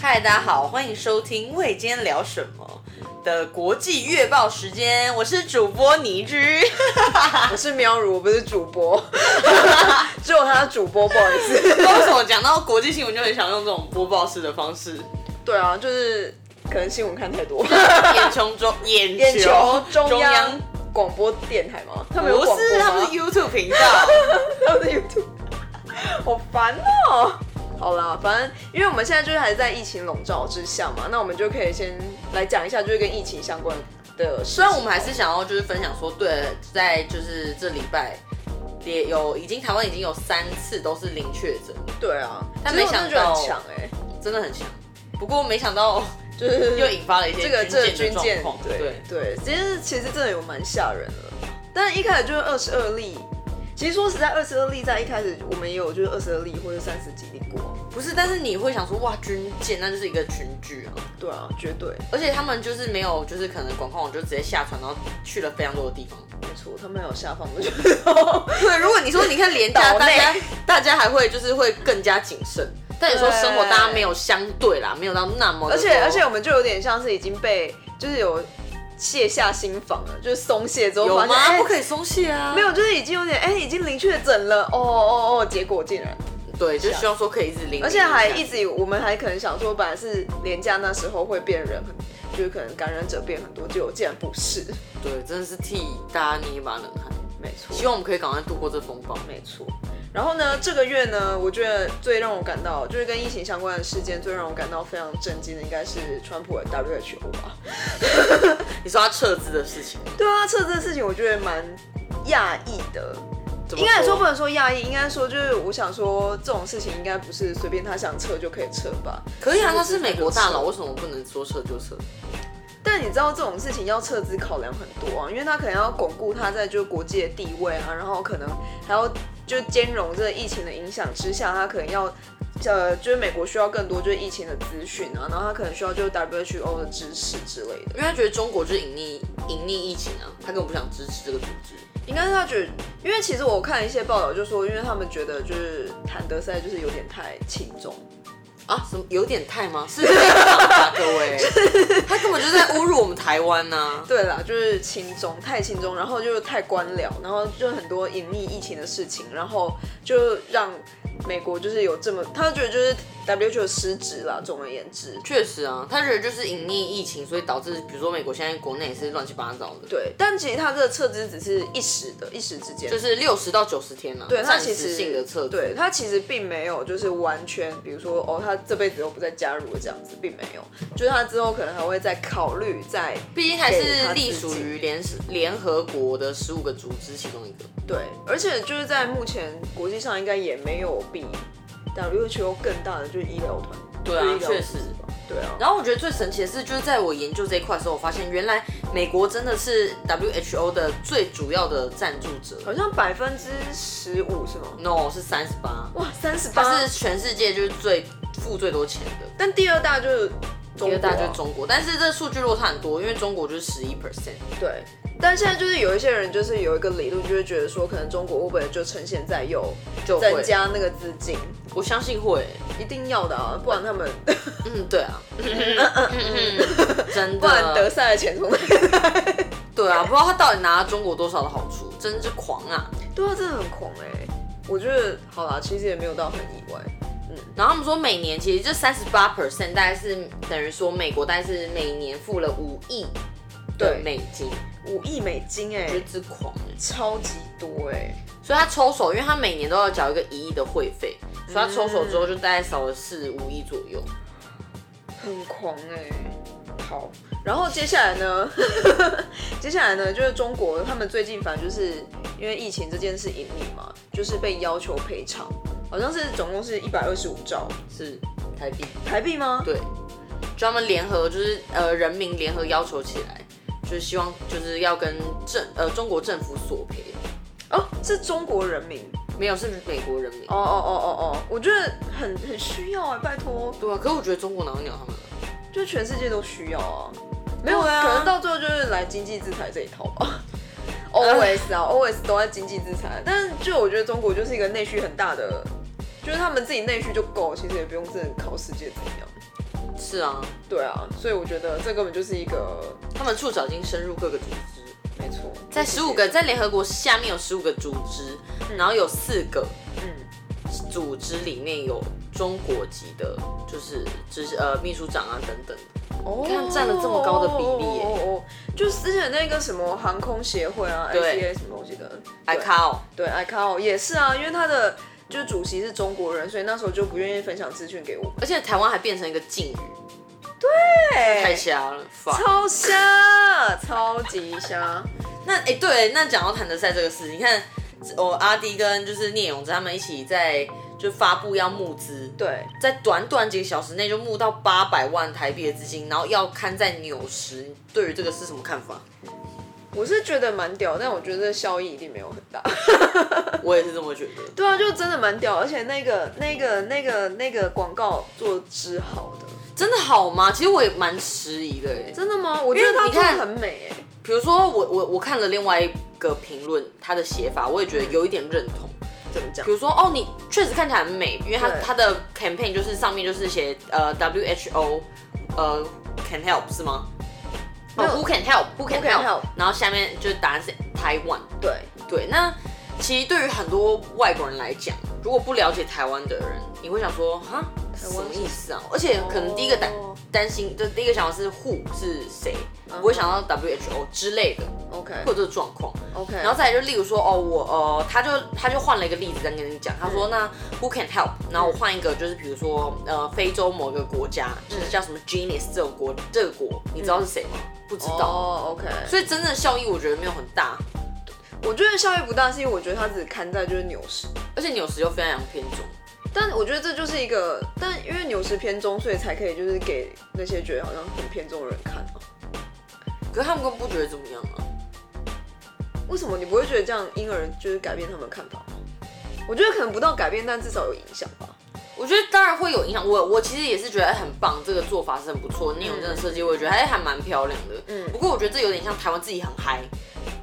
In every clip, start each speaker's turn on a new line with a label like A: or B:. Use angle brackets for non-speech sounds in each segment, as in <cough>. A: 嗨，大家好，欢迎收听《喂，今天聊什么》的国际月报时间，我是主播倪
B: <laughs>
A: 居。
B: 我是喵如，我不是
A: <laughs>
B: 主播，只有他是主播，不好意思。
A: 为什么讲到国际新闻就很想用这种播报式的方式？
B: 对啊，就是可能新闻看太多。
A: 眼球
B: <laughs>
A: 中眼
B: 眼球
A: 中
B: 中央广播电台吗？他们有
A: 不
B: 广
A: 是，
B: 播
A: 他
B: 吗
A: 们是 YouTube 频道。
B: <laughs> 他们的 YouTube，好烦哦、好啦，反正因为我们现在就是还在疫情笼罩之下嘛，那我们就可以先来讲一下，就是跟疫情相关的事情。
A: 虽然我们还是想要就是分享说，对，在就是这礼拜也有已经台湾已经有三次都是零确诊，
B: 对啊，
A: 但
B: 其实
A: 没
B: 我
A: 想
B: 真的觉得
A: 到
B: 很强哎、
A: 真的很强。不过没想到
B: 就是
A: 又引发了一些
B: 这个这个
A: 军
B: 军
A: 舰的
B: 舰
A: 状，况，
B: 对对，其实其实真的有蛮吓人的，但一开始就是二十二例。其实说实在，二十二例在一开始我们也有就是二十二例或者三十几例过，
A: 不是，但是你会想说，哇，军舰那就是一个群聚啊，
B: 对啊，绝对
A: 而且他们就是没有，就是可能管控网就直接下船，然后去了非常多的地方。
B: 没错，他们还有下放的就是哦
A: <laughs> 对，如果你说你看廉价，
B: 岛
A: 大
B: 内
A: 家大家还会就是会更加谨慎，但你说生活
B: 对
A: 大家没有相对啦，没有到那么的
B: 而
A: 多，
B: 且而且我们就有点像是已经被就是有卸下心防了，就是松懈之后
A: 有
B: 发现
A: 吗？
B: 哎
A: 不可以松懈啊，
B: 没有，就是已经有点哎、已经零确诊了，哦哦哦，结果竟然
A: 对，就希望说可以一直零，
B: 而且还一
A: 直
B: 直以，我们还可能想说，本来是廉价那时候会变人很，就是可能感染者变很多，结果竟然不是。
A: 对，真的是替大家捏一把冷汗。
B: 没错
A: 希望我们可以赶快度过这风暴。
B: 没错。然后呢，这个月呢，我觉得最让我感到，就是跟疫情相关的事件，最让我感到非常震惊的，应该是川普的 WHO 吧。
A: 你说他撤资的事情，
B: 对啊，这这事情我觉得蛮讶异的。
A: 怎么
B: 应该也说不能说讶异，应该说就是我想说，这种事情应该不是随便他想撤就可以撤吧。
A: 可以啊，他是美国大佬，为什么不能说撤就撤？
B: 但你知道这种事情要撤资考量很多啊，因为他可能要巩固他在就是国际的地位啊，然后可能还要就兼容这个疫情的影响之下，他可能要呃就是美国需要更多就是疫情的资讯啊，然后他可能需要就是 WHO 的支持之类的。
A: 因为他觉得中国就是隐匿隐匿疫情啊，他根本不想支持这个组织。
B: 应该是他觉得，因为其实我看一些报道就说，因为他们觉得就是谭德赛就是有点太轻重，
A: 啊，什么有点太吗？是 <laughs> 这样吧，各位，他根本就是在侮辱我们台湾呐、
B: 对啦，就是轻中太轻中，然后就是太官僚，然后就很多隐匿疫情的事情，然后就让美国就是有这么，他觉得就是 WHO 失职啦。总而言之，
A: 确实啊，他觉得就是隐匿疫情，所以导致比如说美国现在国内也是乱七八糟的，，
B: 对，但其实他这个撤资只是一时的，一时之间，
A: 就是六十到九十天啊，
B: 对他
A: 暂
B: 其
A: 时
B: 实
A: 性的撤退，
B: 对他其实并没有就是完全，比如说哦，他这辈子都不再加入了这样子，并没有，就是他之后可能还会再考虑再
A: 毕竟还
B: 给
A: 是
B: 他
A: 隶
B: 自
A: 属
B: 己
A: 于联联合国的十五个组织其中一个。
B: 对，而且就是在目前国际上应该也没有比 WHO 更大的就是医疗团，
A: 对啊
B: 就医疗
A: 确实
B: 组织吧，对啊。
A: 然后我觉得最神奇的是，就是在我研究这一块的时候，我发现原来美国真的是 WHO 的最主要的赞助者
B: 好像百分之十五是吗？
A: ，no 是三十八，
B: 哇，三十
A: 它
B: 八！
A: 是全世界就是最付最多钱的。
B: 但第二大就是中
A: 第
B: 国、
A: 二
B: 啊
A: 大就是。中国，啊但是这数据落差很多，因为中国就是十一 percent。
B: 对，但现在就是有一些人就是有一个理论，就会觉得说，可能中国会不会就趁现在有
A: 就会
B: 增加那个资金，
A: 我相信会，
B: 一定要的啊，不然他们
A: 嗯，对啊，真 <laughs>
B: <laughs> 不然德
A: 的，
B: 赛的钱从哪里来？
A: 对啊，不知道他到底拿了中国多少的好处，真是狂啊！
B: <laughs> 对啊，真的很狂哎、我觉得好啦，其实也没有到很意外。
A: 然后他们说每年其实这三十八 percent 大概是等于说美国大概是每年付了五亿的
B: 对
A: 美金，
B: 五亿美金哎、
A: 我觉得之狂欸
B: 超级多哎、
A: 所以他抽手，因为他每年都要缴一个一亿的会费，所以他抽手之后就大概少了四五亿左右。
B: 很狂哎、好，然后接下来呢？ <laughs> 接下来呢，就是中国他们最近反正就是因为疫情这件事隐匿嘛，就是被要求赔偿，好像是总共是一百二十五兆
A: 是台币。
B: 台币吗？
A: 对，就他们联合就是呃人民联合要求起来，就是希望就是要跟政呃中国政府索赔，
B: 哦，是中国人民。
A: 没有是美国人民。
B: 哦哦哦哦哦，我觉得很很需要啊、拜托，
A: 对啊，可是我觉得中国哪会鸟他们啊？
B: 就全世界都需要啊。没有，
A: 对啊
B: 可能到最后就是来经济制裁这一套吧。always 啊，always 都在经济制裁，但是就我觉得中国就是一个内需很大的，就是他们自己内需就够，其实也不用真的靠世界怎样。
A: 是啊，
B: 对啊，所以我觉得这根本就是一个
A: 他们触角已经深入各个组织，
B: 没错，
A: 在十五个在联合国下面有十五个组织，然后有四个
B: 嗯
A: 组织里面有中国籍的，就是只是呃秘书长啊等等。
B: 哦
A: 看占了这么高的比例耶
B: 哦哦哦就是之前那个什么航空协会啊
A: 对
B: ，ICA 什么东西的
A: 哎靠，
B: 对 ICAO 也是啊，因为他的就是主席是中国人，所以那时候就不愿意分享资讯给我们，
A: 而且台湾还变成一个禁语，
B: 哎
A: 太瞎了。fuck
B: 超瞎，超级瞎，
A: 那哎、对，那讲到谭德赛这个事，你看我阿迪跟就是聂永志他们一起在就发布要募资，
B: 对，
A: 在短短几个小时内就募到八百万台币的资金，然后要刊在纽时，你对于这个是什么看法？
B: 我是觉得蛮屌，但我觉得这效益一定没有很大。
A: <laughs>
B: <laughs>
A: 我也是这么觉得。
B: 对啊，就真的蛮屌，而且那个、那个、那个、那个广告做得之好的，
A: 真的好吗？其实我也蛮迟疑的哎。
B: 真的吗？我觉得它
A: 你
B: 做
A: 看
B: 的很美、欸，
A: 比如说我我我看了另外一个评论，他的写法我也觉得有一点认同。
B: 怎么讲
A: 比？如说哦，你确实看起来很美，因为它
B: 对
A: 它的 campaign 就是上面就是写呃 WHO 呃 can help 是吗？哦
B: 没有
A: ，Who can help？Who can
B: Who can
A: help？
B: help
A: 然后下面就是答案是台湾。
B: 对，
A: 对，那其实对于很多外国人来讲，如果不了解台湾的人，你会想说哈，什么意思啊？而且可能第一个担
B: 哦嗯
A: 担心，就第一个想法是 who 是谁，不会想到 WHO 之类的， <laughs>
B: OK
A: 会有这个状况。
B: OK，
A: 然后再来就例如说哦，我呃，他就他就换了一个例子在跟你讲，他说那 who can help，然后我换一个就是比如说呃非洲某一个国家，就是叫什么 genius 这种国这个国，你知道是谁吗？不知道，
B: 哦，OK、o
A: 所以真正的效益我觉得没有很大，
B: k 我觉得效益不大，是因为我觉得它只看在就是牛市，
A: 而且纽时又非常偏重。
B: 但我觉得这就是一个，但因为牛市偏中，所以才可以就是给那些觉得好像很偏中的人看嘛。
A: 可是他们根本不觉得怎么样啊。
B: 为什么你不会觉得这样因而就是改变他们的看法吗？我觉得可能不到改变，但至少有影响吧。
A: 我觉得当然会有影响，我我其实也是觉得哎很棒，这个做法是很不错。聂永真的设计，我也觉得哎还蛮漂亮的。嗯，不过我觉得这有点像台湾自己很嗨，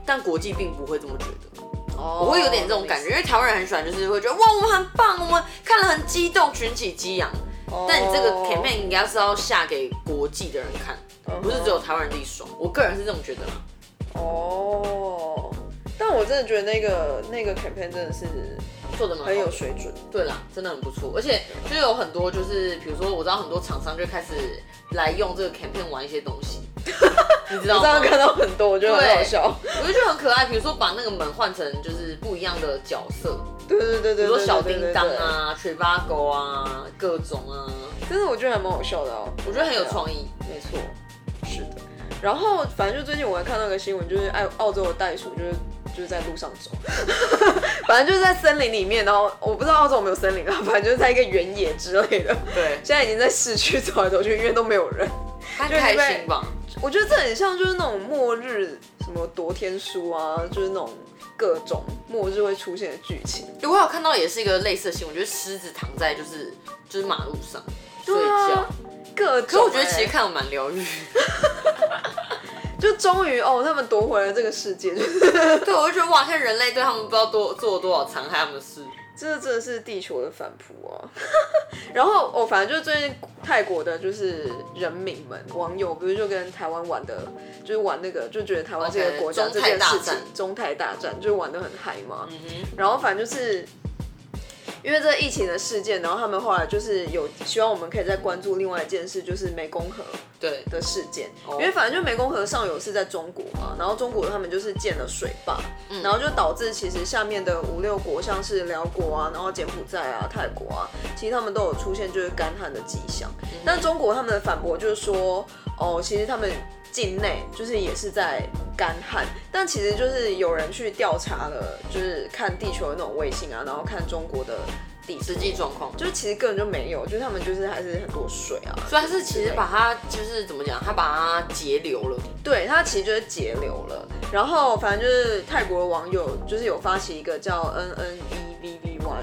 A: 但国际并不会这么觉得。
B: 哦
A: 我会有点这种感觉，因为台湾人很喜欢，就是会觉得哇我们很棒，我们看了很激动，群起激昂。
B: 哦
A: 但你这个 campaign 应该是要下给国际的人看，不是只有
B: 嗯
A: 台湾人自己爽。我个人是这么觉得啦。
B: 哦，但我真的觉得那个那个 campaign 真的是
A: 做的蛮好的
B: 很有水准。
A: 对啦，真的很不错，而且就有很多就是，比如说我知道很多厂商就开始来用这个 campaign 玩一些东西， <laughs> 你知道
B: 我这
A: 吗
B: 样？看到很多，我觉得很好笑。
A: 我就觉得很可爱，比如说把那个门换成就是不一样的角色，
B: 对对对对，比
A: 比如说小叮当，啊、水巴狗啊、各种啊，
B: 真的我觉得还蛮好笑的哦。
A: 我觉得很有创
B: 意，
A: 意。啊
B: 没错，是的。然后反正就最近我还看到一个新闻，就是澳澳洲的袋鼠就是。就是在路上走， <laughs> 反正就是在森林里面，然后我不知道澳洲有没有森林啊， <laughs> 反正就是在一个原野之类的。
A: <laughs> 对，
B: 现在已经在市区走来走去，因为都没有人。
A: 他开心吧？
B: 我觉得这很像就是那种末日什么夺天书啊，就是那种各种末日会出现的剧情。
A: 欸我有看到也是一个类似的新闻，就是狮子躺在就是就是马路上睡
B: 对
A: 觉
B: 啊，各种、哎
A: 可是我觉得其实看了蛮疗愈。
B: 就终于哦，他们夺回了这个世界，就
A: <laughs>
B: 是
A: 对，我就觉得哇，看人类对他们不知道多做了多少残害他们的事。
B: 这真的是地球的反扑啊！ <laughs> 然后哦，反正就是最近泰国的，就是人民们网友不是就跟台湾玩的，就是玩那个，就觉得台湾这个
A: OK，
B: 国家
A: 中
B: 这
A: 泰
B: 件
A: 大
B: 事情
A: 战，嗯
B: 中台大战，就是玩的很嗨嘛。然后反正就是。因为这疫情的事件，然后他们后来就是有希望我们可以再关注另外一件事，就是湄公河
A: 对，
B: 的事件，
A: 哦
B: 因为反正就湄公河上游是在中国嘛，然后中国他们就是建了水坝，
A: 嗯
B: 然后就导致其实下面的五六国，像是辽国啊，然后柬埔寨啊、泰国啊，其实他们都有出现就是干旱的迹象。但中国他们的反驳就是说，哦，其实他们境内就是也是在干旱，但其实就是有人去调查了，就是看地球的那种卫星啊，然后看中国的地
A: 实
B: 质，
A: 际状况，
B: 就是其实根本就没有，就是他们就是还是很多水啊，
A: 所以他是其实把它就是怎么讲，他把它截流了。
B: 对，它其实就是截流了。然后反正就是泰国的网友就是有发起一个叫 N N E V V Y，
A: 哇，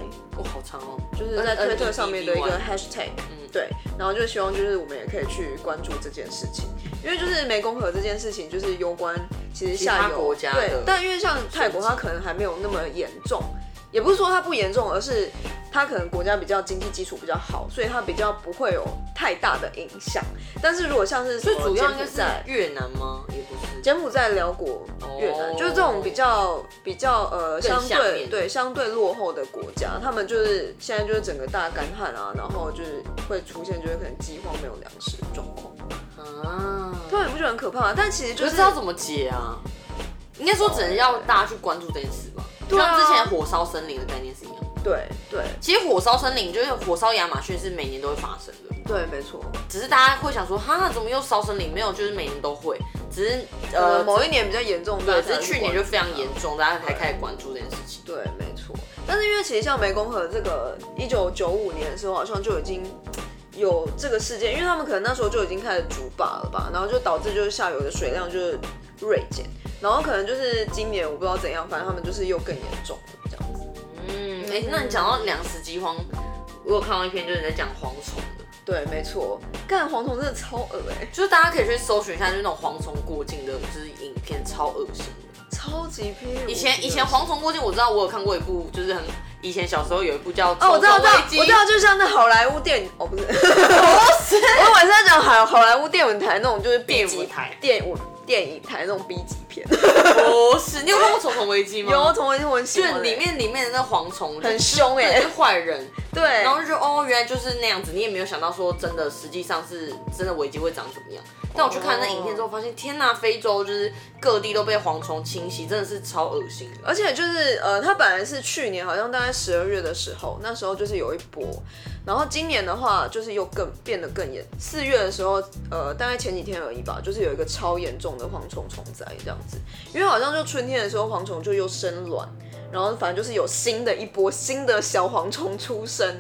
A: 好长哦，
B: 就
A: 就是
B: 在推特上面的一个 hashtag，
A: 嗯
B: 对，然后就希望就是我们也可以去关注这件事情，因为就是湄公河这件事情就是攸关其实下
A: 其他
B: 游
A: 国家
B: 对
A: 的，
B: 但因为像泰国它可能还没有那么严重，也不是说它不严重，而是。它可能国家比较经济基础比较好，所以它比较不会有太大的影响。但是如果像是
A: 最主要应
B: 柬
A: 该
B: 埔
A: 是
B: 寨、
A: 越南吗？也不是，
B: 柬埔寨、辽国、越南，就是这种比较比较呃
A: 哦更
B: 相
A: 下
B: 对
A: 面
B: 对相对落后的国家，他们就是现在就是整个大干旱啊，然后就是会出现就是可能饥荒没有粮食的状况，
A: 啊，
B: 对，你不觉得很可怕吗？但其实就
A: 不
B: 是
A: 知道怎么解啊。应该说只能要大家去关注这件事吧，就
B: 对啊
A: 像之前火烧森林的概念是一样。
B: 对对
A: 其实火烧森林就是火烧亚马逊是每年都会发生的，
B: 对，没错。
A: 只是大家会想说，哈，怎么又烧森林？没有，就是每年都会，只是
B: 呃，
A: 呃，
B: 某一年比较严重，
A: 对，
B: 对，
A: 只是去年就非
B: 啊
A: 常严重，大家才开始关注这件事情。
B: 对，没错。但是因为其实像湄公河这个，一九九五年的时候好像就已经有这个事件，因为他们可能那时候就已经开始筑坝了吧，然后就导致就是下游的水量就是锐减，然后可能就是今年我不知道怎样，反正他们就是又更严重了这样子。
A: 嗯，哎、那你讲到粮食饥荒，我有看到一篇就是在讲蝗虫的，
B: 对，没错。干蝗虫真的超恶哎、
A: 就是大家可以去搜寻一下，就是那种蝗虫过境的，就是影片超恶心的。
B: 超级屁股。
A: 以前以前蝗虫过境，我知道我有看过一部，就是很以前小时候有一部叫《
B: 哦，我知道，
A: 虫
B: 我知道
A: 虫危，机
B: 我知道，就像那好莱坞电影哦，不是，
A: 是
B: <laughs> 我晚上讲好好莱坞电影台那种就是 B
A: 电
B: 级
A: 舞台
B: 电影电影台那种 B 级片，
A: 不是， <laughs> 你有看过《虫虫危机》吗？
B: 有，同文我很喜
A: 就
B: 欢欸
A: 是里面里面的那蝗虫
B: 很凶
A: 哎，
B: 哎
A: 就是坏人。
B: <laughs> 对，
A: 然后就觉得哦，原来就是那样子，你也没有想到说真的，实际上是真的危机会长怎么样。但我去看那影片之
B: 哦
A: 后，发现天呐，非洲就是各地都被蝗虫侵袭，真的是超恶心的。
B: 而且就是呃，它本来是去年好像大概十二月的时候，那时候就是有一波，然后今年的话就是又更变得更严。四月的时候，呃，大概前几天而已吧，就是有一个超严重的蝗虫虫灾这样子，因为好像就春天的时候蝗虫就又生卵。然后反正就是有新的一波新的小蝗虫出生，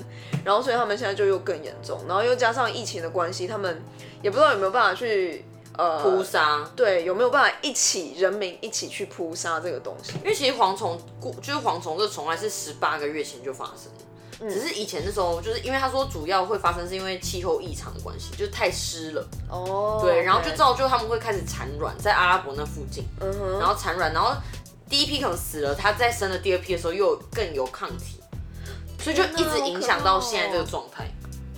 B: 然后所以他们现在就又更严重，然后又加上疫情的关系，他们也不知道有没有办法去呃
A: 扑杀，
B: 对，有没有办法一起人民一起去扑杀这个东西？
A: 因为其实蝗虫过就是蝗虫这虫害是十八个月前就发生了。
B: 嗯
A: 只是以前那时候，就是因为他说主要会发生是因为气候异常的关系，就是太湿了，
B: 哦，
A: 对，然后就造就他们会开始产卵，在阿拉伯那附近，
B: 嗯哼，
A: 然后产卵，然后第一批可能死了，它再生了第二批的时候又有更有抗体，所以就一直影响到现在这个状态。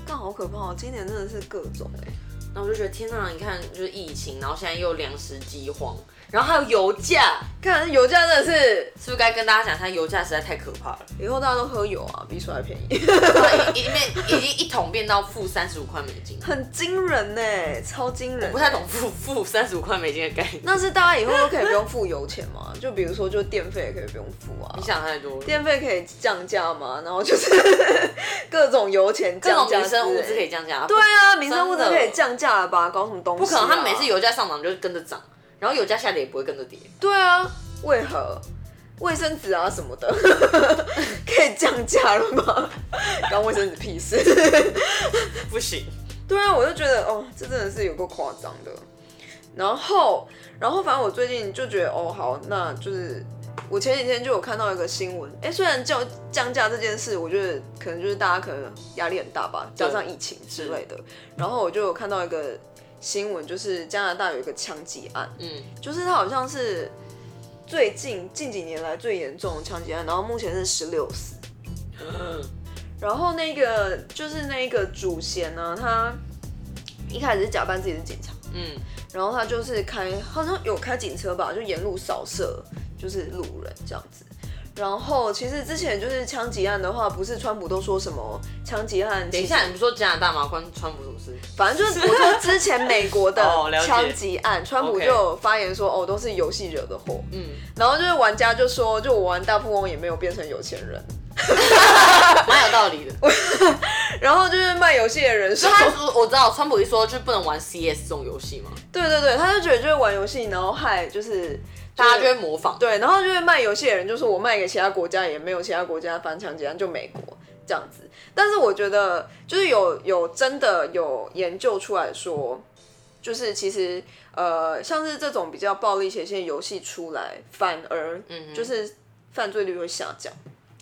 B: 但好可怕哦，今年真的是各种哎、
A: 那我就觉得天哪，你看就是疫情，然后现在又粮食饥荒，然后还有油价，
B: 看油价真的是，
A: 是不是该跟大家讲一下油价实在太可怕了？
B: 以后大家都喝油啊，比水还便宜，
A: 已经变已经一桶变到负三十五块美金，
B: 很惊人呢、
A: 欸
B: 超惊人。
A: 不太懂负负三十五块美金的概念，
B: 那是大家以后都可以不用付油钱吗？就比如说，就电费也可以不用付啊
A: 你，想太多了。
B: 电费可以降价吗？然后就是 <laughs> 各种油钱
A: 各
B: 降
A: 种
B: 价，
A: 民生物资可以。降价，
B: 对啊，民生物资
A: 真的
B: 可以降价了吧？搞什么东西、啊
A: 不可啊能，它每次。油价上涨就是跟着涨，然后油价下跌也不会跟着跌。
B: 对啊，为何卫生纸啊什么的 <laughs> 可以降价了吗？ <laughs> 关卫生纸屁事。 <laughs>
A: 不行，
B: 对啊，我就觉得哦，这真的是有够夸张的。然后，然后反正我最近就觉得哦，好，那就是我前几天就有看到一个新闻，哎，虽然降降价这件事，我觉得可能就是大家可能压力很大吧，
A: 对
B: 加上疫情之类的。然后我就有看到一个新闻，就是加拿大有一个枪击案，
A: 嗯，
B: 就是它好像是最近近几年来最严重的枪击案，然后目前是十六
A: <laughs>
B: 死。然后那个就是那个主嫌呢，他一开始是假扮自己是警察，
A: 嗯，
B: 然后他就是开好像有开警车吧，就沿路扫射就是路人这样子。然后其实之前就是枪击案的话，不是川普都说什么枪击案？
A: 等一下，你不说加拿大吗？关川普什么事？
B: 反正就是我说之前美国的
A: <laughs> 哦了解
B: 枪击案，川普
A: OK
B: 就有发言说哦都是游戏惹的祸，
A: 嗯，
B: 然后就是玩家就说就我玩大富翁也没有变成有钱人，
A: 嗯蛮有道理的。 <laughs> 我
B: 然后就是卖游戏的人说，
A: 他说我知道，川普一说就不能玩 CS 这种游戏嘛，
B: <laughs> 对对对，他就觉得就是玩游戏然后害就是
A: 大家就会模仿。
B: 对，然后就是卖游戏的人就说我卖给其他国家也没有其他国家翻墙击案，就美国这样子。但是我觉得就是有有真的有研究出来说，就是其实呃像是这种比较暴力斜线游戏出来，反而
A: 嗯哼
B: 就是犯罪率会下降。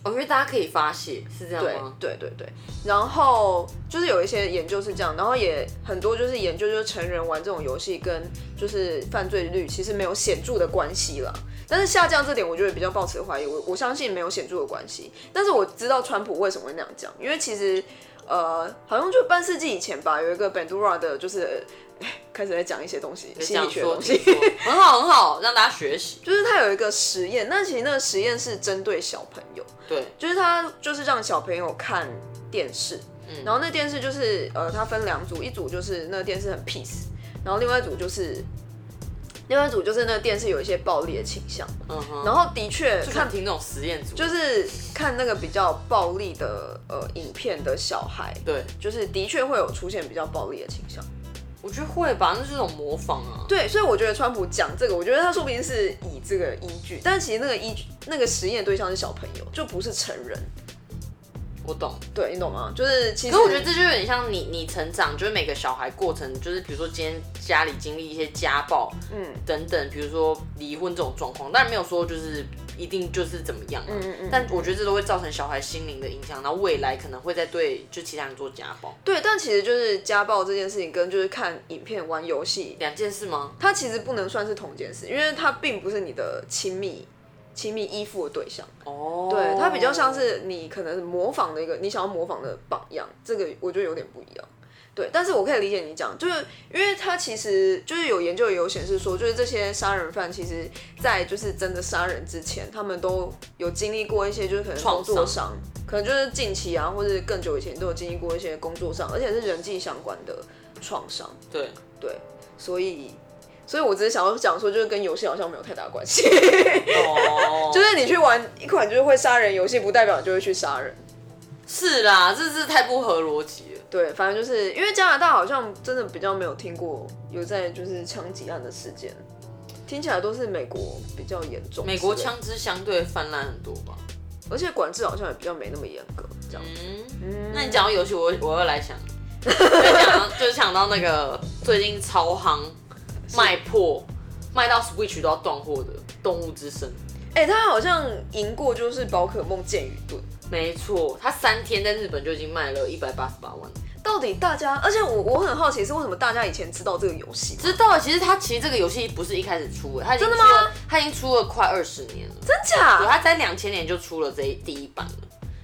A: 哦，因为大家可以发泄，是这样
B: 对
A: 吗？
B: 对对对，然后就是有一些研究是这样，然后也很多就是研究就是成人玩这种游戏跟就是犯罪率其实没有显著的关系了。但是下降这点，我觉得比较抱持怀疑。我我相信没有显著的关系，但是我知道川普为什么会那样讲，因为其实呃，好像就半世纪以前吧，有一个 Bandura 的，就是哎开始在讲一些东西，
A: 这
B: 心
A: 样
B: 理学的
A: 说嗯
B: 东西
A: 听。说，很好很好，让大家学习。
B: 就是他有一个实验，那其实那个实验是针对小朋友，
A: 对，
B: 就是他就是让小朋友看电视，
A: 嗯
B: 然后那电视就是呃，它分两组，一组就是那个电视很 peace，然后另外一组就是另外一组就是那个电视有一些暴力的倾向，
A: 嗯哼，
B: 然后的确
A: 就
B: 看
A: 看听那种实验组，
B: 就是看那个比较暴力的呃影片的小孩，
A: 对，
B: 就是的确会有出现比较暴力的倾向。
A: 我觉得会吧，那是一种模仿啊。
B: 对，所以我觉得川普讲这个，我觉得他说不定是以这个依据，但其实那个依据那个实验对象是小朋友，就不是成人。
A: 我懂，
B: 对你懂吗？就是其实
A: 可我觉得这就有点像你你成长，就是每个小孩过程，就是比如说今天家里经历一些家暴
B: 嗯
A: 等等，比如说离婚这种状况，当然没有说就是一定就是怎么样、啊，
B: 嗯嗯
A: 但我觉得这都会造成小孩心灵的影响，然后未来可能会再对就其他人做家暴，
B: 对，但其实就是家暴这件事情跟就是看影片玩游戏，
A: 两件事吗？
B: 它其实不能算是同件事，因为它并不是你的亲密亲密依附的对象。
A: 哦，
B: 对，它比较像是你可能模仿的一个你想要模仿的榜样，这个我觉得有点不一样。对，但是我可以理解你讲，就是因为它其实就是有研究也有显示说，就是这些杀人犯其实，在就是真的杀人之前，他们都有经历过一些就是可能工作
A: 创
B: 上，可能就是近期啊，或者更久以前都有经历过一些工作上，而且是人际相关的创伤。
A: 对，
B: 对，所以，所以我只是想要讲说，就是跟游戏好像没有太大关系。 <laughs>
A: <laughs> 哦，
B: 就是你去玩一款就是会杀人游戏，不代表你就会去杀人。
A: 是啦，这是太不合逻辑了。
B: 对，反正就是因为加拿大好像真的比较没有听过有在就是枪击案的事件，听起来都是美国比较严重。
A: 美国，枪支相对泛滥很多吧？
B: 而且管制好像也比较没那么严格，这样。
A: 嗯，那你讲到游戏，我我又来
B: <laughs>
A: 想，就想到就是想到那个最近超夯卖破卖到 Switch 都要断货的《动物之声》，
B: 哎、他好像赢过就是宝可梦剑与盾。
A: 没错，它三天在日本就已经卖了一百八十八万。
B: 到底大家，而且我我很好奇是为什么大家以前知道这个游戏？
A: 知道，其实它其实这个游戏不是一开始出的，它已经
B: 真的吗
A: 出了它已经出了快二十年了，
B: 真假？
A: 它在两千年就出了这一第一版了。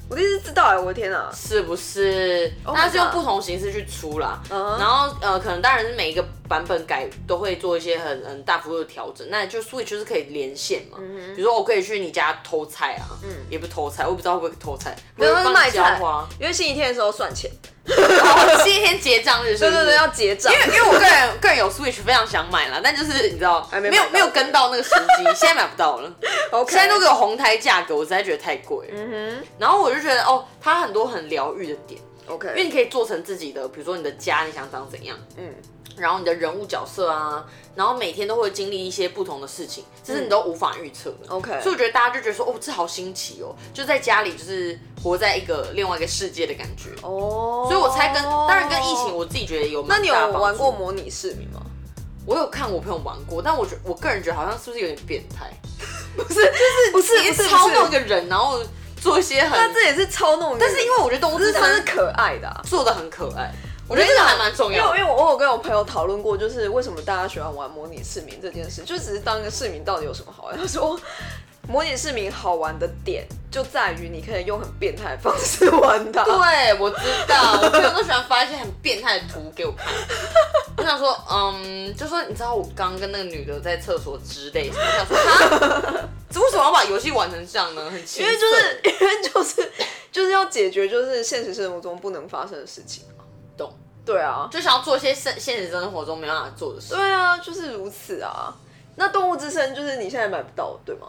B: 我第一次知道哎、我的天啊！
A: 是不是？
B: Oh my
A: 那是用
B: God
A: 不同形式去出啦。
B: 嗯
A: 然后呃，可能当然是每一个版本改都会做一些很很大幅度的调整。那就 Switch 就是可以连线嘛，
B: 嗯
A: 比如说我可以去你家偷菜啊，也不偷菜，我不知道会不会偷菜，没
B: 有那是卖菜 <laughs>
A: 花。
B: 因为星期天的时候算钱，
A: 哦今天结账日是
B: 对
A: 不是
B: 对对，要结账
A: 因。为因为我个人个人有 Switch 非常想买啦，但就是你知道
B: 还没
A: 没有
B: 买到
A: 没有跟到那个时
B: <laughs>
A: 机，现在买不到了。
B: OK，
A: 现在都给我红胎价格，我实在觉得太贵了。
B: 嗯
A: 然后我就觉得哦，它很多很疗愈的点，
B: 哼，OK，
A: 因为你可以做成自己的，比如说你的家，你想长怎样，
B: 嗯，
A: 然后你的人物角色啊，然后每天都会经历一些不同的事情，这是你都无法预测的。
B: 嗯 OK
A: 所以我觉得大家就觉得说，哦，这好新奇哦，就在家里就是活在一个另外一个世界的感觉。
B: 哦，
A: 所以我才跟，当然跟疫情，我自己觉得有蛮
B: 那你有
A: 大的帮助
B: 玩过？模拟市民吗？
A: 我有看我朋友玩过，但我觉我个人觉得好像是不是有点变态，
B: 不是，就是 <laughs> 不是不是
A: 操弄
B: 不
A: 一个
B: 是，
A: 人，然后做一些
B: 那
A: 很，
B: 这也是操弄，
A: 但是因为我觉得动物
B: 只
A: 之
B: 是它是
A: 森
B: 可爱的、啊。
A: 做的很可爱，我觉得这个还蛮重
B: 因为
A: 要
B: 我
A: 的。
B: 因为我有跟我朋友讨论过，就是为什么大家喜欢玩模拟市民这件事，就只是当一个市民到底有什么好玩？他说，模拟市民好玩的点就在于你可以用很变态的方式玩它。
A: 对，我知道，我朋友都喜欢发一些很变态的图给我看。我想说，嗯，就说你知道我刚刚跟那个女的在厕所之类什么，我想说哈，这为什么要把游戏玩成这样呢？很奇
B: 因
A: 怪，
B: 为 <laughs> 就是因为就是就是要解决就是现实生活中不能发生的事情。
A: 懂，
B: 对啊，
A: 就想要做一些现现实生活中没办法做的事。
B: 对啊，就是如此啊。那动物之声就是你现在买不到，对吗？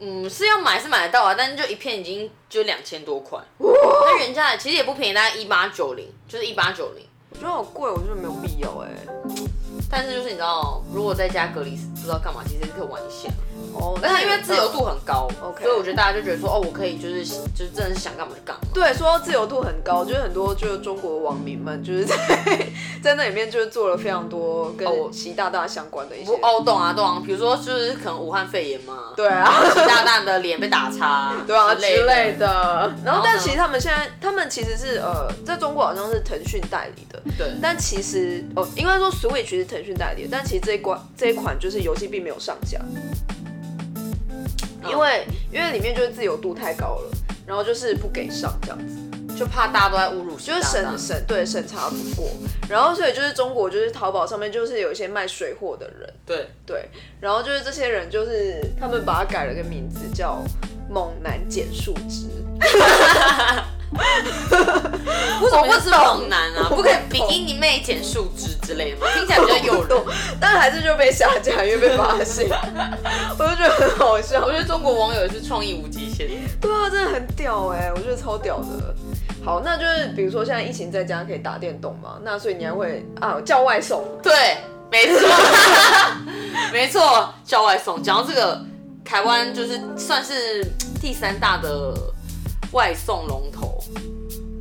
A: 嗯，是要买是买得到啊，但是就一片已经就两千多块，那原价其实也不便宜，大概一八九零，就是一八九零。
B: 我觉得好贵，我觉得没有必要哎、
A: 但是就是你知道，如果在家隔离不知道干嘛，其实可以玩一下。
B: 哦，
A: 但是因为自由度很高
B: OK
A: 所以我觉得大家就觉得说，哦，我可以就是就是真的是想干嘛就干嘛。
B: 对，说到自由度很高，就是很多就是中国网民们就是在在那里面就是做了非常多
A: 哦
B: 跟习大大相关的一些，
A: 我哦，懂啊懂啊，比如说就是可能武汉肺炎嘛，
B: 对啊，
A: 习大大的脸被打叉，
B: <laughs> 对啊
A: 之
B: 之
A: 类的。
B: 类的。然后
A: 后
B: 但
A: 呢
B: 其实他们现在他们其实是呃，在中国好像是腾讯代理的，
A: 对，
B: 但其实哦，应该说 Switch 是腾讯代理的，但其实这一款这一款就是游戏并没有上架，
A: 嗯
B: 因为因为里面就是自由度太高了，然后就是不给上这样子。
A: 就怕大家都在侮辱习
B: 就
A: 大
B: 是
A: 大，
B: 审审对审查不过，然后所以就是中国就是淘宝上面就是有一些卖水货的人，
A: 对，
B: 对，然后就是这些人就是他们把它改了个名字叫猛男减数
A: <laughs>
B: 值，
A: 为什么
B: 我不
A: 又是
B: 懂
A: 猛男啊？
B: <laughs>
A: 不
B: 我不
A: 可以
B: 懂
A: 比基尼妹剪树枝之类的吗？听起来比较诱
B: <laughs>
A: 人。
B: 但还是就被下架，因为被发现， <laughs> 我就觉得很好笑
A: 我，觉得中国网友也是创意无极限。
B: 对啊，真的很屌哎、我觉得超屌的。好，那就是比如说现在疫情在家可以打电动嘛，那所以你还会啊叫外送，
A: 对，没错， <laughs> 没错，叫外送。讲到这个，台湾就是算是第三大的外送龙头，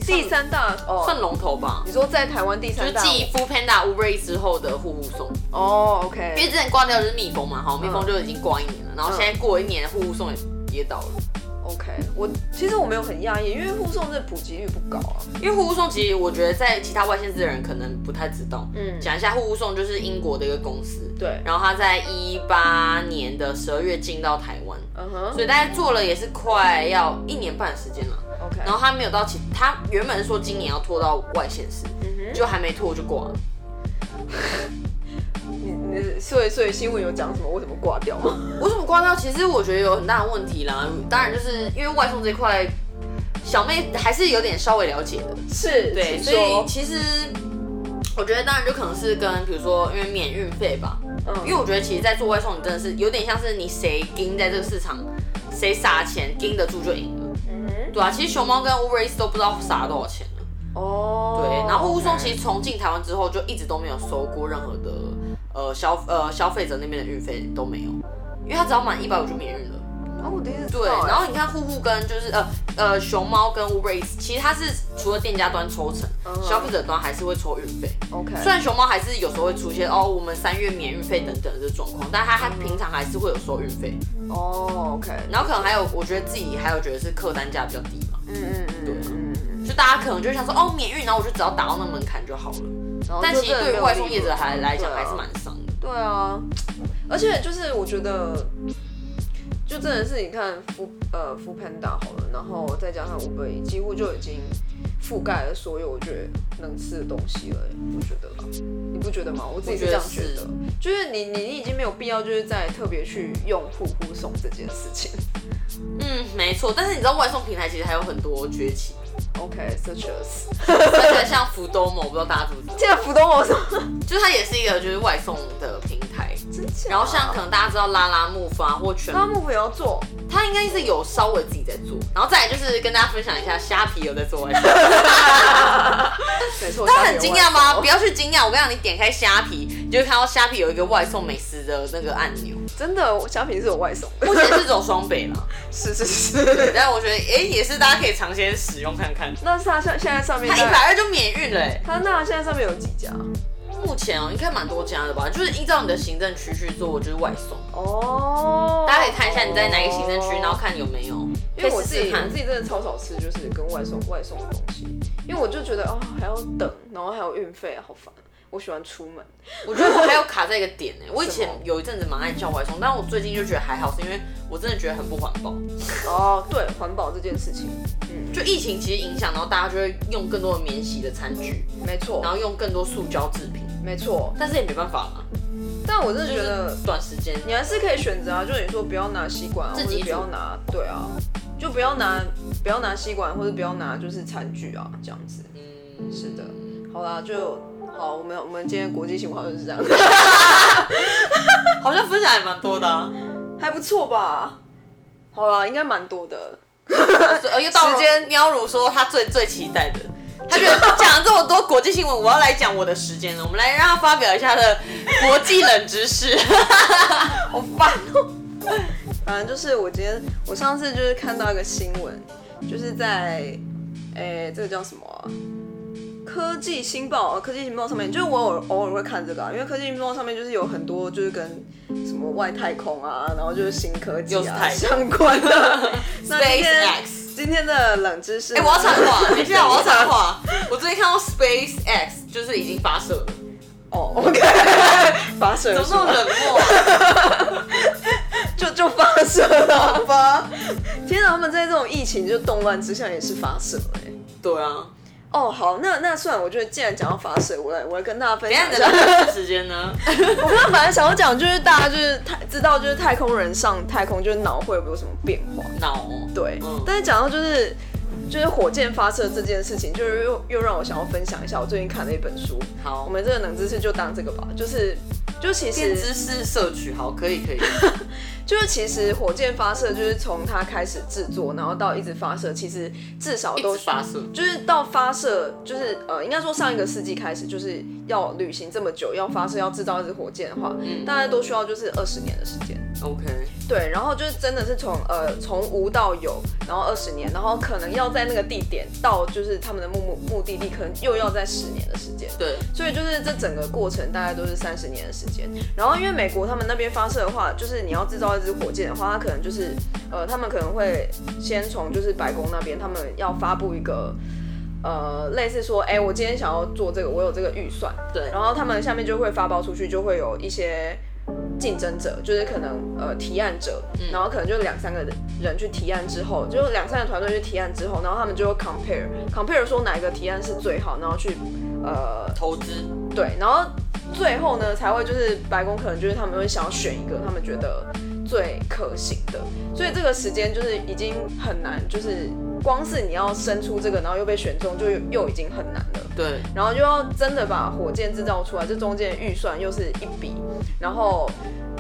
B: 第三大
A: 算
B: 哦，
A: 龙头吧。
B: 你说在台湾第
A: 就
B: 三大
A: 继 f o o Panda、Uber Eats 之后的户户送，
B: 哦
A: 因为
B: ，OK，
A: 之前挂掉就是蜜蜂嘛，好，蜜蜂就已经挂一
B: 嗯
A: 年了，然后现在过一年，户户送也也倒了。
B: OK，我其实我没有很讶异，因为护送这普及率不高啊。
A: 因为户户送其实我觉得在其他外县市的人可能不太知道，
B: 嗯
A: 讲一下户户送就是英国的一个公司，
B: 对，
A: 然后他在一八年的十二月进到台湾，
B: 嗯哼
A: 所以大概做了也是快要一年半的时间了。
B: ，OK，
A: 然后他没有到其，他原本说今年要拖到外县市，
B: 嗯
A: 就还没拖就挂了。
B: 哼，你你所以所以新闻有讲什么？为什么挂掉吗？ <laughs>
A: 为什么挂掉？其实我觉得有很大的问题啦。当然就是因为外送这一块，小妹还是有点稍微了解的。
B: 是，
A: 对，所
B: 所
A: 以
B: 以
A: 其实我觉得当然就可能是跟比如说因为免运费吧，因为
B: 嗯，
A: 我觉得其实，在做外送，你真的是有点像是你谁盯在这个市场，谁撒钱盯得住就赢了。
B: 嗯哼，
A: 对啊，其实熊猫跟 Uber Eats 都不知道撒了多少钱了。
B: 哦，
A: 对，然后乌松其
B: 实
A: 实从进台湾之后就一直都没有收过任何的呃消呃消费者那边的运费都没有，因为他只要满一百五就免运了。
B: 哦，我第一次知道
A: 对，
B: 哎
A: 然后你看户户跟就是呃呃熊猫跟 Uber Eats，其实它是除了店家端抽成，
B: 嗯
A: 消费者端还是会抽运费。
B: OK，
A: 虽然熊猫还是有时候会出现哦，我们三月免运费等等的这状况，但
B: 嗯
A: 它它平常还是会有收运费，
B: 哦，OK，
A: 然后可能还有，我觉得自己还有觉得是客单价比较低嘛，
B: 嗯嗯嗯嗯嗯嗯，
A: 就大家可能就想说哦免运，然后我就只要达到那门槛就好了。
B: 然后
A: 但
B: 哦就
A: 其实
B: 真的
A: 对于
B: 没有
A: 外送
B: 利
A: 业者
B: 润
A: 还来讲
B: 对啊
A: 还是蛮伤的。
B: 对啊，而且就是我觉得，就真的是你看福呃福 Panda 好了，然后再加上 Uber Eats，几乎就已经覆盖了所有我觉得能吃的东西了，我觉得啦，你不觉得吗？我自己是这样觉得，
A: 我
B: 就是你你你已经没有必要就是再特别去用户护送这件事情。 <laughs>
A: 嗯，没错。但是你知道外送平台其实还有很多崛起，
B: <laughs> OK，such、as，
A: 而且像福兜某，我不知道大家知不知道，
B: 现在福东我什么？
A: 就是它也是一个就是外送的平台。
B: 真假
A: 然后像可能大家知道拉拉木发或全，
B: 拉幕府也要做，
A: 它应该是有稍微自己在做。然后再来就是跟大家分享一下，虾皮有在
B: <laughs>
A: 做外送。
B: 没错，
A: 大家很惊讶吗？不
B: 要，
A: 要去惊讶，我跟你讲，你点开虾皮，你就会看到虾皮有一个外送美食的那个按
B: <laughs>
A: 钮。
B: 真的，小品是有外送的， <laughs>
A: 目前是走双北了，
B: 是是是。
A: 但我觉得哎、也是大家可以尝鲜使用看
B: <laughs>
A: 看。
B: 那是他现现在上面
A: 它一
B: 大概
A: 百二就免运了、欸。
B: 他那现在上面有几家？
A: 目前哦，应该蛮多家的吧，就是依照你的行政区去做，就是外送。
B: 哦，
A: 大家可以看一下你在哪个行政区，然后看有没有。
B: 因为我
A: 可以
B: 自
A: 试
B: 己
A: 试
B: 我
A: 看
B: 自己真的超少吃，就是跟外送外送的东西，因为我就觉得哦还要等，然后还有运费，好烦。我喜欢出门，
A: 我觉得我还有卡在一个点 <laughs> 呢、我以前
B: 什么
A: 有一阵子蛮爱叫外送，但我最近就觉得还好，是因为我真的觉得很不环保。
B: 哦，对，环保这件事情，嗯
A: 就疫情其实影响，然后大家就会用更多的免洗的餐具，
B: 没错
A: 然，后用更多塑胶制品，
B: 没错。
A: 但是也没办法啦，
B: 但我真的
A: 就
B: 觉得
A: 是短时间。
B: 你还是可以选择啊，就你说不要拿吸管啊，或
A: 自
B: 者
A: 己
B: 不要
A: 煮
B: 拿，对啊，就不要拿不要拿吸管，或者不要拿就是餐具啊，这样子。
A: 嗯，
B: 是的，好啦，就好，我们我们今天国际情况就是这样， <laughs>
A: 好像分享还蛮多的、啊，
B: 还不错吧？好啦，应该蛮多的。
A: 呃，又到了
B: 时间
A: 喵如说他最最期待的，他觉得讲了这么多国际新闻，我要来讲我的时间了。我们来让他发表一下他的国际冷知识。
B: 好烦哦、 <laughs> 反正就是我今天，我上次就是看到一个新闻，就是在，诶、这个叫什么啊、科技新报，呃科技新报上面，就是我偶偶尔会看这个、啊，因为科技新报上面就是有很多就是跟什么外太空啊，然后就是新科技
A: 又是
B: 啊
A: 太空
B: 相关
A: <laughs>
B: 的。那今天
A: SpaceX
B: 今天的冷知识，
A: 哎、我要插话，等一下我要插话。我最近看到 SpaceX 就是已经发射了，
B: 哦，OK，发
A: 怎
B: 射了
A: 么
B: 是
A: 这么
B: 吗
A: 冷漠、啊？
B: 就就发射了，好吧？ <laughs> 天哪，他们在这种疫情就动乱之下也是发射哎、
A: <laughs> 对啊，
B: 哦，好，那那算了，我觉得既然讲到发射，我来我来跟大家分
A: 等一下
B: 享
A: 你
B: 一下。
A: 的时间呢？
B: 我刚刚本来想要讲，就是大家就是太知道，就是太空人上太空，就是脑会有没有什么变化？
A: 脑
B: 对，
A: 嗯
B: 但是讲到就是就是火箭发射这件事情，就是又又让我想要分享一下我最近看的一本书。
A: 好，
B: 我们这个冷知识就当这个吧，就是就其
A: 电
B: 实
A: 知识摄取好，可以可以。
B: 就是其实火箭发射就是从它开始制作，然后到一直发射，其实至少
A: 一
B: 都
A: 直发射，
B: 就是到发射，就是呃，应该说上一个世纪开始，就是要旅行这么久，要发射，要制造一支火箭的话，
A: 嗯
B: 大概都需要就是二十年的时间。
A: ，OK，
B: 对，然后就是真的是从呃从无到有，然后二十年，然后可能要在那个地点到就是他们的目目目的地，可能又要在十年的时间。
A: 对，
B: 所以就是这整个过程大概都是三十年的时间。然后因为美国他们那边发射的话，就是你要制造一支火箭的话，它可能就是呃，他们可能会先从就是白宫那边，他们要发布一个。呃，类似说，哎、我今天想要做这个，我有这个预算，
A: 对
B: 然后他们下面就会发包出去，就会有一些竞争者，就是可能呃提案者，然后可能就两三个人人去提案之后，就两三个团队去提案之后，然后他们就会 compare compare 说哪一个提案是最好，然后去呃
A: 投资，
B: 对，然后最后呢才会就是白宫可能就是他们会想要选一个他们觉得最可行的，所以这个时间就是已经很难，就是光是你要生出这个，然后又被选中，就又又已经很难了。
A: 对，
B: 然后又要真的把火箭制造出来，这中间的预算又是一笔，然后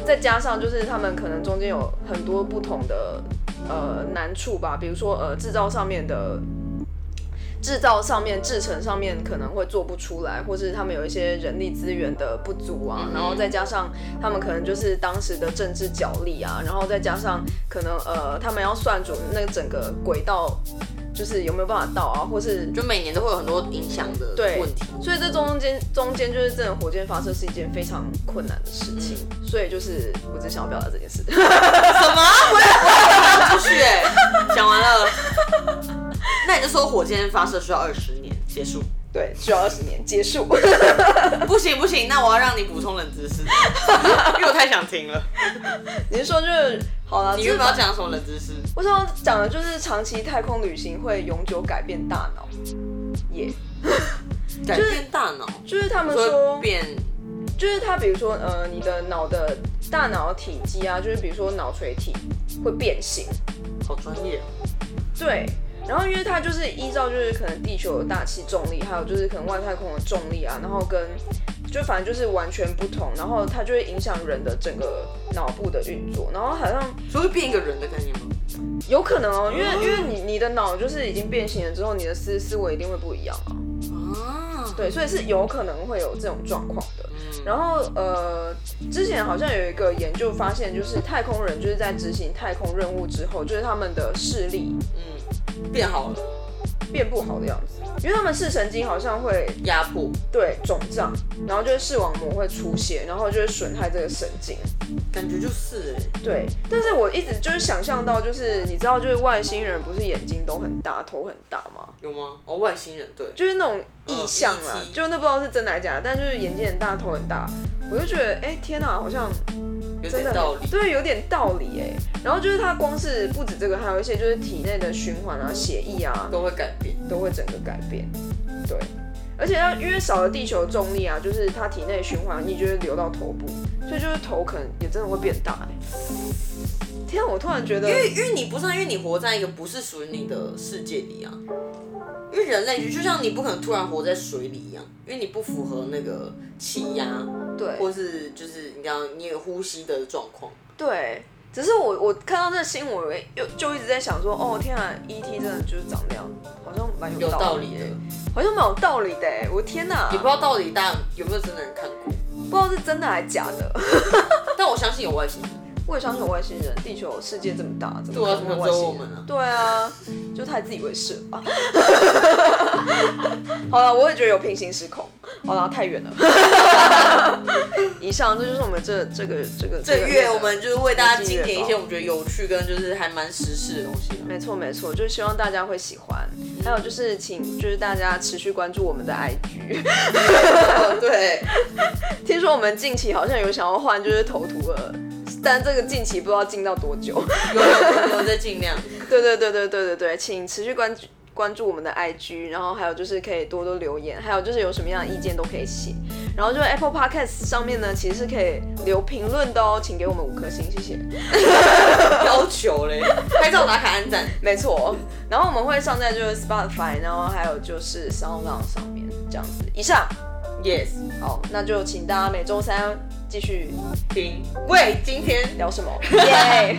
B: 再加上就是他们可能中间有很多不同的呃难处吧，比如说呃制造上面的。制造上面、制成上面可能会做不出来，或是他们有一些人力资源的不足啊，
A: 嗯
B: 然后再加上他们可能就是当时的政治角力啊，然后再加上可能呃他们要算准那整个轨道就是有没有办法到啊，或是
A: 就每年都会有很多影响的
B: 对
A: 问题。
B: 所以这中间中间就是真的火箭发射是一件非常困难的事情，所以就是我只想要表达这件事。
A: 什么？我也我 <laughs> 也不出去哎、讲完 <laughs> 了，那你就说火箭发射需要二十年结 <laughs> 束。
B: <laughs> 对，需要二十年结束。
A: 不行不行，那我要让你补充冷 <laughs> 知识，因为我太想听了。
B: <laughs> 你是说就是好了？
A: 你
B: 就是
A: 原本要讲什么冷知识？
B: 我想要讲的就是长期太空旅行会永久改变大脑，也、
A: 改变大脑，
B: 就是他们
A: 说
B: 说，
A: 变
B: 就是他比如说呃你的脑的大脑体积啊，就是比如说脑垂体会变形，
A: 好专业哦，
B: 对，然后因为它就是依照就是可能地球的大气重力，还有就是可能外太空的重力啊，然后跟就反正就是完全不同，然后它就会影响人的整个脑部的运作，然后好像
A: 所以会变一个人的概念吗？
B: 有可能哦，因为因为你你的脑就是已经变形了之后，你的思思维一定会不一样啊，
A: 啊，
B: 对，所以是有可能会有这种状况的。
A: 嗯，
B: 然后呃，之前好像有一个研究发现，就是太空人就是在执行太空任务之后，就是他们的视力
A: 嗯，变好了，
B: 变不好的样子，因为他们视神经好像会
A: 压迫，
B: 对肿胀，然后就是视网膜会出血，然后就会损害这个神经。
A: 感觉就是哎、
B: 对，但是我一直就是想象到，就是你知道，就是外星人不是眼睛都很大，头很大吗？
A: 有吗？哦，外星人对，
B: 就是那种意象啊，
A: 嗯
B: 就那不知道是真的还是假的，但就是眼睛很大，头很大，我就觉得，哎、天哪、好像
A: 有
B: 真
A: 点
B: 的
A: 道理。
B: 对，有点道理哎、然后就是它光是不止这个，还有一些就是体内的循环啊、血液啊，
A: 都会改变，
B: 都会整个改变。对，而且要因为少了地球重力啊，就是它体内循环液就会流到头部，所以就是头可能也真的会变大、欸。天啊，我突然觉得
A: 因，为因为你不是啊，因为你活在一个不是属于你的世界里啊。因为人类就像你不可能突然活在水里一样，因为你不符合那个气压，
B: 对
A: 或是就是你讲你有呼吸的状况。
B: 对，只是我我看到这个新闻，我也又就一直在想说，哦天啊，ET 真的就是长那样，好像蛮
A: 有
B: 有
A: 道
B: 道
A: 理
B: 理
A: 的，
B: 的，
A: 也
B: 好像蛮有道理的、欸。我天哪、
A: 不知道到底大家有没有真的人看过，
B: 不知道是真的还是假的。
A: 但我相信有外星人。
B: 我也相信有外星人，地球世界这么大，怎
A: 对啊
B: 么可能
A: 怎么
B: 有外
A: 只有我
B: 星人
A: 们啊
B: 对啊，就太自以为是了 <laughs> 吧。好了，我也觉得有平行时空。好了，太远了。 <laughs> 以上，这就是我们这这个这个
A: 这个月
B: 的
A: 我们就是为大家经典一些我们觉得有趣跟就是还蛮时事的东西啊。
B: 没错没错，就是希望大家会喜欢。还有就是请就是大家持续关注我们的 IG。
A: <laughs> 对，
B: 听说我们近期好像有想要换就是头图了，但这个近期不知道进到多久。
A: 有有有在尽 <laughs> 量。
B: 对对对对对对对，请持续关注。关注我们的 IG，然后还有就是可以多多留言，还有就是有什么样的意见都可以写。然后就是 Apple Podcast 上面呢，其实是可以留评论的哦，请给我们五颗星，谢谢。
A: 要求嘞，拍照打卡按赞，
B: 没错，然后我们会上在就是 Spotify，然后还有就是 Sound On 上面这样子。以上，
A: yes，
B: 好，那就请大家每周三继续
A: 停。喂，今天
B: 聊什么？耶